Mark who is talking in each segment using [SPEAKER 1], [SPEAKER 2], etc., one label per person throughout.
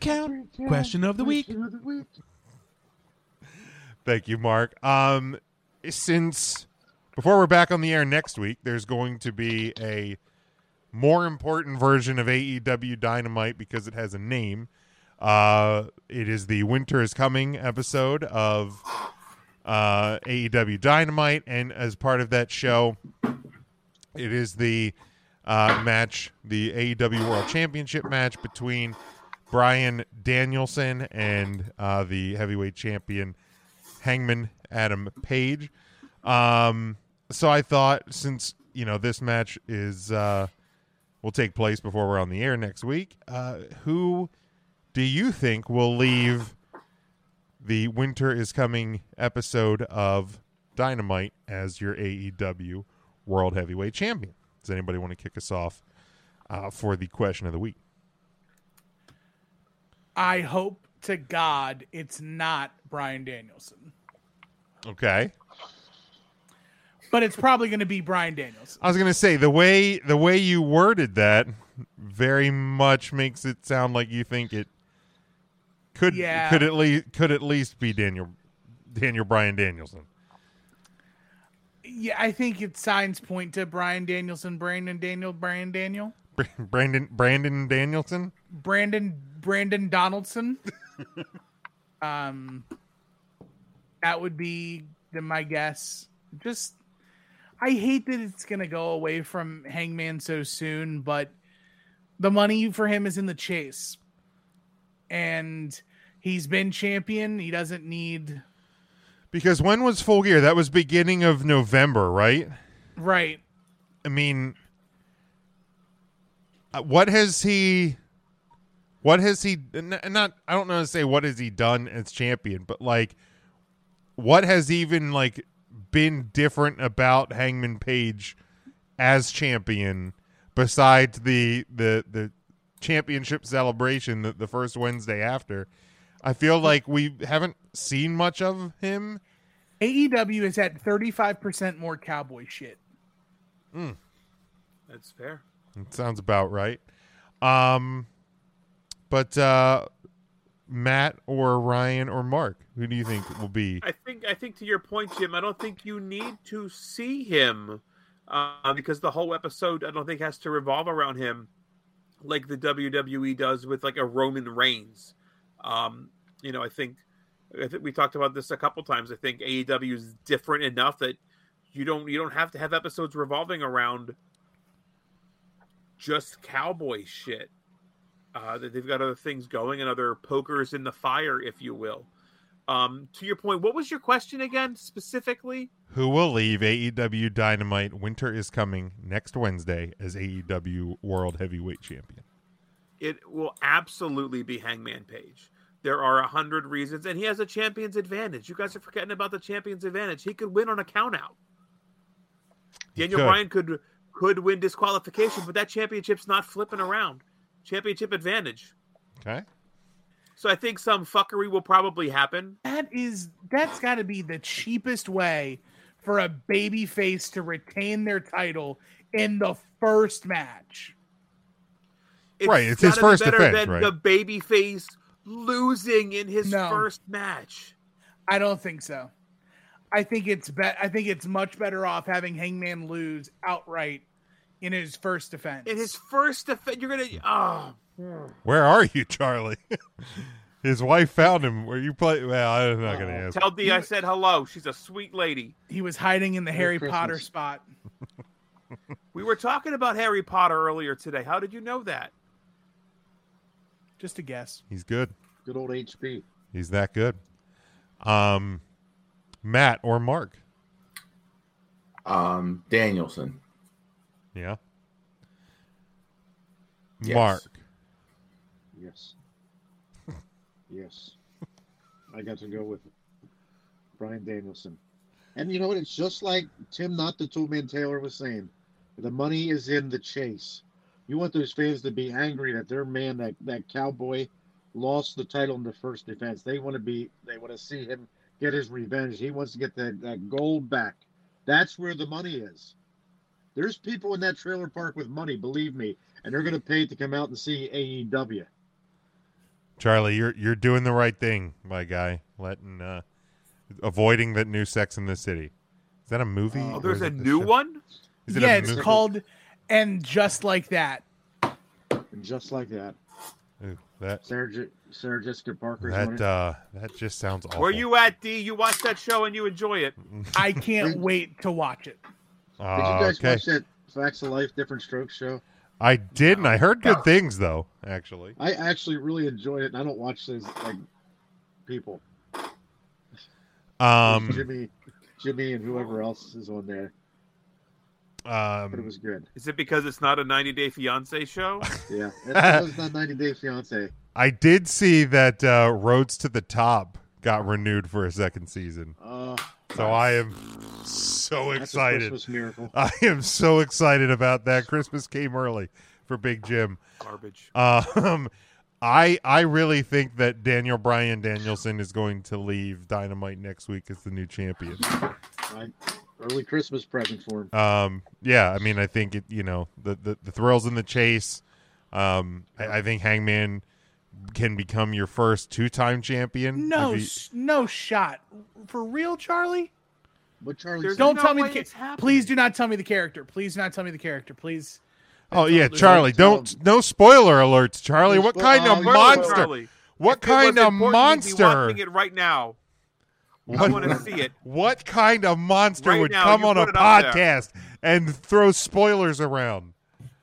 [SPEAKER 1] count. Question of the week.
[SPEAKER 2] Thank you, Mark. Um, since before we're back on the air next week, there's going to be a more important version of AEW Dynamite because it has a name. Uh, it is the Winter is Coming episode of uh, AEW Dynamite, and as part of that show, it is the uh, match, the AEW World Championship match between Brian Danielson and uh, the heavyweight champion Hangman Adam Page. Um, so I thought since you know this match is uh, will take place before we're on the air next week, uh, who do you think will leave the Winter is Coming episode of Dynamite as your AEW World Heavyweight Champion? Does anybody want to kick us off uh, for the question of the week?
[SPEAKER 3] I hope to God it's not Brian Danielson,
[SPEAKER 2] Okay.
[SPEAKER 3] but it's probably going to be Brian Danielson.
[SPEAKER 2] I was gonna say the way the way you worded that very much makes it sound like you think it could
[SPEAKER 3] Yeah.
[SPEAKER 2] could at least could at least be Daniel Daniel Bryan Danielson.
[SPEAKER 3] Yeah, I think its signs point to Brian Danielson, Brandon Daniel, Brian Daniel,
[SPEAKER 2] Br- Brandon Brandon Danielson.
[SPEAKER 3] Brandon Brandon Donaldson. um, that would be the, my guess. Just, I hate that it's going to go away from Hangman so soon, but the money for him is in the chase, and he's been champion. He doesn't need
[SPEAKER 2] Because when was Full Gear? That was beginning of November, right?
[SPEAKER 3] right.
[SPEAKER 2] I mean, uh, what has he? What has he? n- Not I don't know to say what has he done as champion, but like, what has even like been different about Hangman Page as champion besides the the the championship celebration the, the first Wednesday after? I feel like we haven't seen much of him.
[SPEAKER 3] AEW E is at 35% more cowboy shit.
[SPEAKER 4] That's fair.
[SPEAKER 2] Sounds about right. Um, but uh, Matt or Ryan or Mark, who do you think will be?
[SPEAKER 4] I think I think to your point, Jim. I don't think you need to see him uh, because the whole episode I don't think has to revolve around him, like the WWE does with like a Roman Reigns. Um, you know, I think I think we talked about this a couple times. I think AEW is different enough that you don't you don't have to have episodes revolving around just cowboy shit. Uh, that they've got other things going and other pokers in the fire, if you will. Um, to your point, what was your question again specifically?
[SPEAKER 2] Who will leave AEW Dynamite? Winter is coming next Wednesday as AEW World Heavyweight Champion.
[SPEAKER 4] It will absolutely be Hangman Page. There are a hundred reasons, and he has a champion's advantage. You guys are forgetting about the champion's advantage. He could win on a countout. Daniel
[SPEAKER 2] could.
[SPEAKER 4] Bryan could could win disqualification, but that championship's not flipping around. Championship advantage.
[SPEAKER 2] Okay.
[SPEAKER 4] So I think some fuckery will probably happen.
[SPEAKER 3] That is that's got to be the cheapest way for a baby face to retain their title in the first match.
[SPEAKER 2] Right, it's his
[SPEAKER 4] gotta be
[SPEAKER 2] first
[SPEAKER 4] better
[SPEAKER 2] defense,
[SPEAKER 4] than
[SPEAKER 2] right?
[SPEAKER 4] the babyface losing in his
[SPEAKER 3] No.
[SPEAKER 4] first match.
[SPEAKER 3] I don't think so. I think it's bet I think it's much better off having Hangman lose outright in his first defense.
[SPEAKER 4] In his first defense, you're gonna oh
[SPEAKER 2] Where are you, Charlie? His wife found him. Where you play? Well, I'm not gonna
[SPEAKER 5] Oh,
[SPEAKER 2] ask.
[SPEAKER 4] Tell Dee I said hello. She's a sweet lady.
[SPEAKER 3] he was hiding in the Harry Potter
[SPEAKER 5] Christmas.
[SPEAKER 3] spot.
[SPEAKER 4] We were talking about Harry Potter earlier today. How did you know that?
[SPEAKER 3] Just a guess.
[SPEAKER 2] He's good.
[SPEAKER 5] Good old HP.
[SPEAKER 2] He's that good. Um, Matt or Mark?
[SPEAKER 5] Um, Danielson.
[SPEAKER 2] Yeah.
[SPEAKER 5] Yes.
[SPEAKER 2] Mark.
[SPEAKER 5] Yes. yes. I got to go with Brian Danielson. And you know what? It's just like Tim, not the two man Taylor, was saying. The money is in the chase. You want those fans to be angry that their man, that, that cowboy, lost the title in the first defense. They want to be. They want to see him get his revenge. He wants to get that, that gold back. That's where the money is. There's people in that trailer E park with money, believe me, and they're going to pay to come out and see AEW.
[SPEAKER 2] Charlie, you're you're doing the right thing, my guy. Letting uh, avoiding that new Sex in the City. Is that a movie?
[SPEAKER 5] Oh,
[SPEAKER 4] Oh,
[SPEAKER 2] or
[SPEAKER 4] there's
[SPEAKER 2] is
[SPEAKER 4] a
[SPEAKER 2] it the
[SPEAKER 4] new
[SPEAKER 2] show?
[SPEAKER 4] one?
[SPEAKER 2] Is it a
[SPEAKER 3] yeah, it's
[SPEAKER 2] movie?
[SPEAKER 3] called And Just Like That.
[SPEAKER 5] And just like that,
[SPEAKER 2] Ooh, that
[SPEAKER 5] Sarah, J- Sarah Jessica Parker's on
[SPEAKER 2] that
[SPEAKER 5] it.
[SPEAKER 2] uh, that just sounds awful.
[SPEAKER 4] Where you at, D? You watch that show and you enjoy it.
[SPEAKER 3] I can't wait to watch it.
[SPEAKER 5] Did you
[SPEAKER 2] Ah,
[SPEAKER 5] guys
[SPEAKER 2] okay.
[SPEAKER 5] watch that Facts of Life Different Strokes show?
[SPEAKER 2] I didn't. I heard good things though. Actually,
[SPEAKER 5] I actually really enjoyed it, and I don't watch those like people.
[SPEAKER 2] um,
[SPEAKER 5] Jimmy, Jimmy, and whoever else is on there, but it
[SPEAKER 2] um,
[SPEAKER 5] was good.
[SPEAKER 4] Is it because it's not a 90 Day Fiance show?
[SPEAKER 5] Yeah, that was not 90 Day Fiance.
[SPEAKER 2] I did see that uh, Roads to the Top got renewed for a second season.
[SPEAKER 5] Uh,
[SPEAKER 2] So I am so
[SPEAKER 5] that's a
[SPEAKER 2] excited.
[SPEAKER 5] Christmas miracle.
[SPEAKER 2] I am so excited about that. Christmas came early for Big Jim.
[SPEAKER 4] Garbage.
[SPEAKER 2] Um, I I really think that Daniel Bryan Danielson is going to leave Dynamite next week as the new champion.
[SPEAKER 5] Early Christmas present for him.
[SPEAKER 2] Um, yeah, I mean, I think it. You know, the the, the thrills in the chase. Um, I, I think Hangman can become your first two time champion.
[SPEAKER 3] No,
[SPEAKER 2] If he-
[SPEAKER 3] s no shot. For real, Charlie?
[SPEAKER 5] But Charlie,
[SPEAKER 4] There's
[SPEAKER 5] said,
[SPEAKER 3] Don't
[SPEAKER 4] no
[SPEAKER 3] tell me
[SPEAKER 4] way
[SPEAKER 3] the ca-
[SPEAKER 4] it's happening.
[SPEAKER 3] Please do not tell me the character. Please do not tell me the character. Please.
[SPEAKER 2] oh yeah,
[SPEAKER 3] Don't lose
[SPEAKER 2] Charlie.
[SPEAKER 5] it. Don't-
[SPEAKER 2] Don't no spoiler alerts, Charlie.
[SPEAKER 5] Don't
[SPEAKER 2] What
[SPEAKER 5] spoil-
[SPEAKER 4] uh,
[SPEAKER 2] kind
[SPEAKER 5] oh,
[SPEAKER 2] of
[SPEAKER 5] you-
[SPEAKER 2] monster?
[SPEAKER 4] Charlie,
[SPEAKER 2] What
[SPEAKER 4] if it was
[SPEAKER 2] kind of
[SPEAKER 4] important, you'd be
[SPEAKER 2] monster?
[SPEAKER 4] watching it right now. I want to
[SPEAKER 2] What,
[SPEAKER 4] see it.
[SPEAKER 2] what kind of monster
[SPEAKER 4] Right
[SPEAKER 2] would
[SPEAKER 4] now,
[SPEAKER 2] come
[SPEAKER 4] you
[SPEAKER 2] on a
[SPEAKER 4] put it up there.
[SPEAKER 2] podcast and throw spoilers around?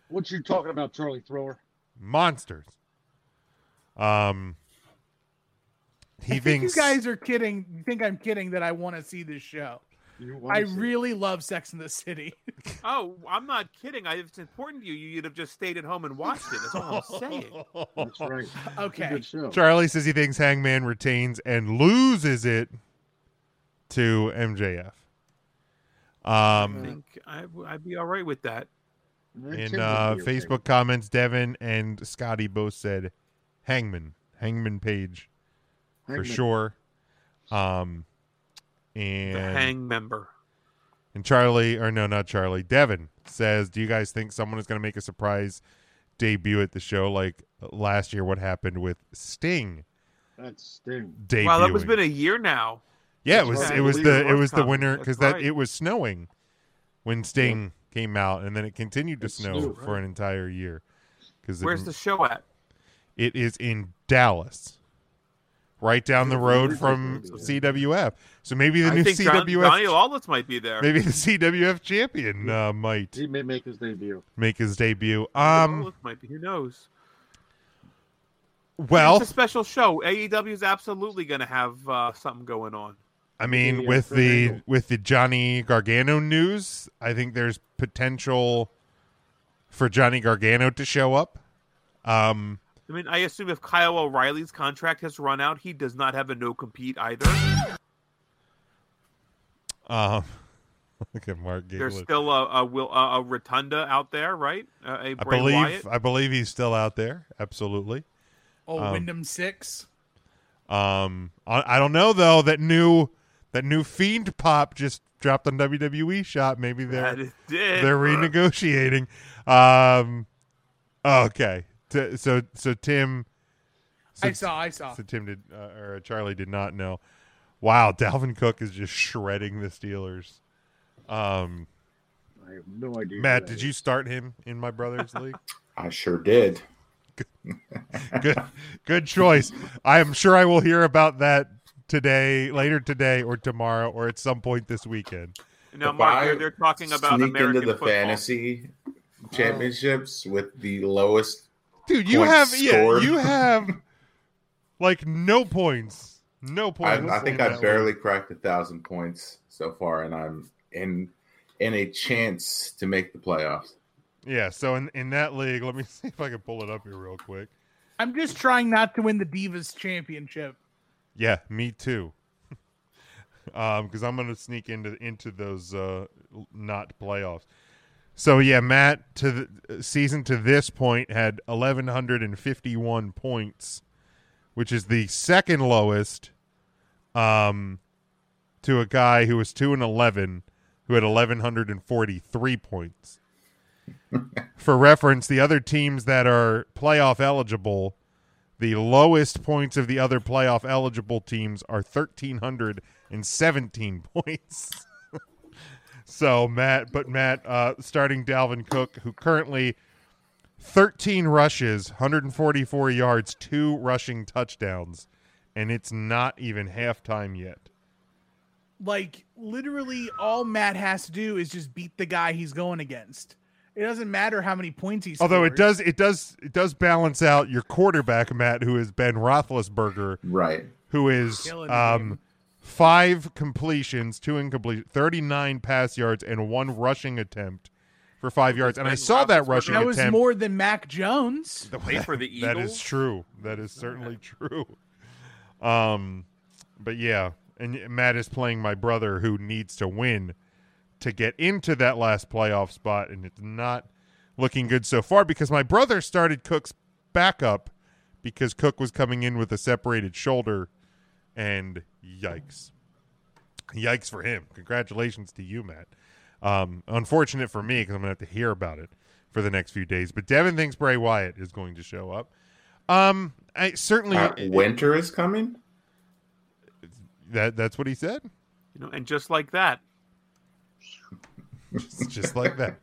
[SPEAKER 5] what you talking about, Charlie Thrower?
[SPEAKER 2] Monsters. Um, he
[SPEAKER 3] I think you
[SPEAKER 2] thinks
[SPEAKER 3] guys are kidding. You think I'm kidding that I want to see this show.
[SPEAKER 5] You
[SPEAKER 3] I
[SPEAKER 5] watched it.
[SPEAKER 3] really love Sex in the City.
[SPEAKER 4] Oh, I'm not kidding. I, if it's important to you, you'd have just stayed at home and watched it. That's all I'm saying.
[SPEAKER 5] That's right. It's A
[SPEAKER 3] Okay.
[SPEAKER 5] good show.
[SPEAKER 2] Charlie says he thinks Hangman retains and loses it to MJF.
[SPEAKER 4] I
[SPEAKER 2] Um,
[SPEAKER 4] think I, would be all right with that.
[SPEAKER 5] And Tim would
[SPEAKER 2] in
[SPEAKER 5] be
[SPEAKER 2] uh,
[SPEAKER 5] okay.
[SPEAKER 2] Facebook comments, Devin and Scotty both said Hangman, Hangman Page for
[SPEAKER 5] Hangman.
[SPEAKER 2] sure. Um,
[SPEAKER 4] The
[SPEAKER 2] and
[SPEAKER 4] hang member.
[SPEAKER 2] And Charlie, or no, not Charlie, Devin says, Do you guys think someone is going to make a surprise debut at the show like last year? What happened with Sting
[SPEAKER 5] That's Sting.
[SPEAKER 2] debuting?
[SPEAKER 4] Wow, that was been a year now.
[SPEAKER 2] yeah, it
[SPEAKER 5] That's
[SPEAKER 2] was
[SPEAKER 5] right.
[SPEAKER 2] it was
[SPEAKER 5] Believe
[SPEAKER 2] the
[SPEAKER 4] it
[SPEAKER 2] it
[SPEAKER 4] was
[SPEAKER 2] was the
[SPEAKER 4] coming.
[SPEAKER 2] winter
[SPEAKER 4] That's
[SPEAKER 2] because that
[SPEAKER 4] right.
[SPEAKER 2] it was snowing when Sting came out, and then it continued to
[SPEAKER 5] It
[SPEAKER 2] snow
[SPEAKER 5] snowed,
[SPEAKER 2] for an entire year because
[SPEAKER 4] Where's the show at?
[SPEAKER 2] it is in Dallas, right down the road
[SPEAKER 5] Beautiful.
[SPEAKER 2] from CWF. So maybe the
[SPEAKER 4] I
[SPEAKER 2] new
[SPEAKER 4] think Don- Donnie
[SPEAKER 2] CWF,
[SPEAKER 4] Lawless might be there.
[SPEAKER 2] maybe the CWF champion uh, might
[SPEAKER 5] He may make his debut.
[SPEAKER 2] make his debut.
[SPEAKER 4] Donnie
[SPEAKER 2] Um,
[SPEAKER 4] Lawless might be. Who knows?
[SPEAKER 2] well,
[SPEAKER 4] it's a special show. AEW is absolutely going to have uh, something going on.
[SPEAKER 2] I mean,
[SPEAKER 5] uh,
[SPEAKER 2] with
[SPEAKER 5] Kurt
[SPEAKER 2] the
[SPEAKER 5] Angle.
[SPEAKER 2] with the Johnny Gargano news, I think there's potential for Johnny Gargano to show up. Um,
[SPEAKER 4] I mean, I assume if Kyle O'Reilly's contract has run out, he does not have a no compete either.
[SPEAKER 2] um, look at Mark
[SPEAKER 4] There's
[SPEAKER 2] Gable.
[SPEAKER 4] still a a, will, a, a rotunda out there, right? Uh, a
[SPEAKER 2] I
[SPEAKER 4] Bray
[SPEAKER 2] believe
[SPEAKER 4] Wyatt.
[SPEAKER 2] I believe he's still out there. Absolutely.
[SPEAKER 3] Oh,
[SPEAKER 2] Um,
[SPEAKER 3] Wyndham Six.
[SPEAKER 2] Um, I, I don't know though. That new that new fiend pop just dropped on WWE shop. Maybe they're
[SPEAKER 4] That it did.
[SPEAKER 2] they're renegotiating. Um, okay. T- so so Tim. so
[SPEAKER 3] I saw. I saw.
[SPEAKER 2] So Tim did, uh, or Charlie did not know. Wow, Dalvin Cook is just shredding the Steelers. Um,
[SPEAKER 5] I have no idea. who that
[SPEAKER 2] Matt, did
[SPEAKER 5] is.
[SPEAKER 2] you start him in my brother's league?
[SPEAKER 6] I sure did.
[SPEAKER 2] Good, good choice. I am sure I will hear about that today, later today, or tomorrow, or at some point this weekend.
[SPEAKER 4] Now,
[SPEAKER 6] If
[SPEAKER 4] Mark,
[SPEAKER 6] I
[SPEAKER 4] they're, they're talking about
[SPEAKER 6] sneak
[SPEAKER 4] American
[SPEAKER 6] into the
[SPEAKER 4] football.
[SPEAKER 6] fantasy
[SPEAKER 7] Oh.
[SPEAKER 6] championships with the lowest.
[SPEAKER 2] Dude, you
[SPEAKER 6] Points
[SPEAKER 2] have
[SPEAKER 6] scored.
[SPEAKER 2] yeah, you have like no points, no
[SPEAKER 6] I,
[SPEAKER 2] points.
[SPEAKER 6] I think
[SPEAKER 2] in
[SPEAKER 6] I
[SPEAKER 2] that
[SPEAKER 6] barely cracked a thousand points so far, and I'm in in a chance to make the playoffs.
[SPEAKER 2] league. Yeah, so in in that league, let me see if I can pull it up here real quick.
[SPEAKER 3] I'm just trying not to win the Divas Championship.
[SPEAKER 2] Yeah, me too. um, because I'm gonna sneak into into those uh l- not playoffs. So yeah, Matt to the uh, season to this point had 1151 points, which is the second lowest. Um, to a guy who was two and eleven, who had 1143 points. For reference, the other teams that are playoff eligible The lowest points of the other playoff eligible teams are 1,317 points. so, Matt, but Matt, uh, starting Dalvin Cook, who currently 13 rushes, 144 yards, two rushing touchdowns, and it's not even halftime yet.
[SPEAKER 3] like literally all Matt has to do is just beat the guy he's going against. It doesn't matter how many points he
[SPEAKER 2] Although it
[SPEAKER 3] scores.
[SPEAKER 2] does, it does, it does balance out your quarterback, Matt, who is Ben Roethlisberger,
[SPEAKER 6] Right.
[SPEAKER 2] who is
[SPEAKER 3] Killing the
[SPEAKER 2] um,
[SPEAKER 3] game.
[SPEAKER 2] five completions, two incomplete, thirty-nine pass yards, and one rushing attempt for five yards. And I
[SPEAKER 4] Ben
[SPEAKER 2] saw that
[SPEAKER 4] Roethlisberger.
[SPEAKER 2] rushing
[SPEAKER 3] that was
[SPEAKER 2] attempt.
[SPEAKER 3] more than Mac Jones.
[SPEAKER 4] Play for the
[SPEAKER 2] that
[SPEAKER 4] Eagles.
[SPEAKER 2] is true. That is certainly true. Um, but yeah, and Matt is playing my brother, who needs to win to get into that last playoff spot, and it's not looking good so far because my brother started Cook's backup because Cook was coming in with a separated shoulder, and yikes, yikes for him. Congratulations to you, Matt. Um, unfortunate for me because I'm gonna have to hear about it for the next few days. But Devin thinks Bray Wyatt is going to show up. Um, I certainly
[SPEAKER 6] Uh, winter is coming.
[SPEAKER 2] that that's what he said,
[SPEAKER 4] You know, and just like that,
[SPEAKER 2] It's just like that.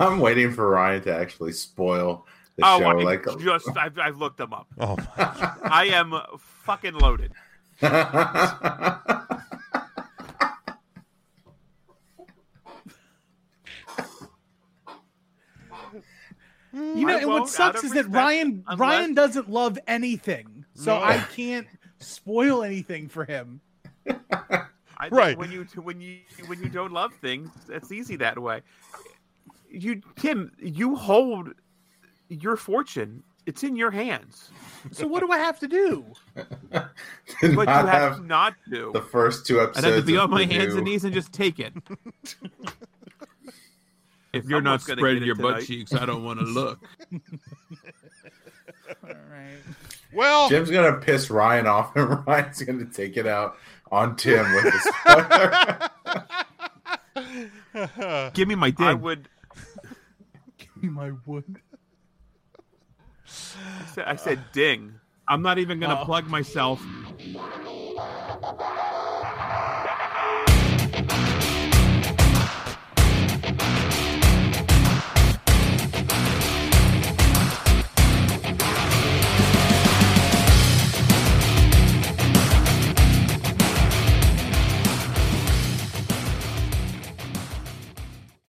[SPEAKER 6] I'm waiting for Ryan to actually spoil the
[SPEAKER 4] oh,
[SPEAKER 6] show.
[SPEAKER 4] I
[SPEAKER 6] like,
[SPEAKER 4] just I've, I've looked them up.
[SPEAKER 2] Oh my.
[SPEAKER 4] I am fucking loaded.
[SPEAKER 3] You know,
[SPEAKER 4] I
[SPEAKER 3] and
[SPEAKER 4] won't,
[SPEAKER 3] what
[SPEAKER 4] out
[SPEAKER 3] sucks
[SPEAKER 4] of
[SPEAKER 3] is
[SPEAKER 4] respect,
[SPEAKER 3] that Ryan
[SPEAKER 4] unless-
[SPEAKER 3] Ryan doesn't love anything, so
[SPEAKER 2] No.
[SPEAKER 3] I can't spoil anything for him.
[SPEAKER 4] I think
[SPEAKER 2] Right.
[SPEAKER 4] when you when you when you don't love things, it's easy that way. You Tim, you hold your fortune. It's in your hands.
[SPEAKER 3] So what do I have to do?
[SPEAKER 6] Did
[SPEAKER 4] But you
[SPEAKER 6] not
[SPEAKER 4] have
[SPEAKER 6] have
[SPEAKER 4] to not do.
[SPEAKER 6] the first two episodes.
[SPEAKER 7] I'd have to be
[SPEAKER 6] of
[SPEAKER 7] on my
[SPEAKER 6] the
[SPEAKER 7] hands
[SPEAKER 6] new-
[SPEAKER 7] and knees and just take it. if you're
[SPEAKER 4] Someone's
[SPEAKER 7] not
[SPEAKER 4] gonna
[SPEAKER 7] spreading
[SPEAKER 4] get it
[SPEAKER 7] your butt
[SPEAKER 4] tonight.
[SPEAKER 7] cheeks, I don't want to look.
[SPEAKER 3] All right.
[SPEAKER 2] Well,
[SPEAKER 6] Jim's gonna piss Ryan off, and Ryan's gonna take it out on Tim with his spoiler.
[SPEAKER 7] Give me my
[SPEAKER 4] I
[SPEAKER 7] dick.
[SPEAKER 4] would.
[SPEAKER 3] My wood.
[SPEAKER 4] I said, I said ding.
[SPEAKER 7] I'm not even gonna
[SPEAKER 3] Oh.
[SPEAKER 7] plug myself.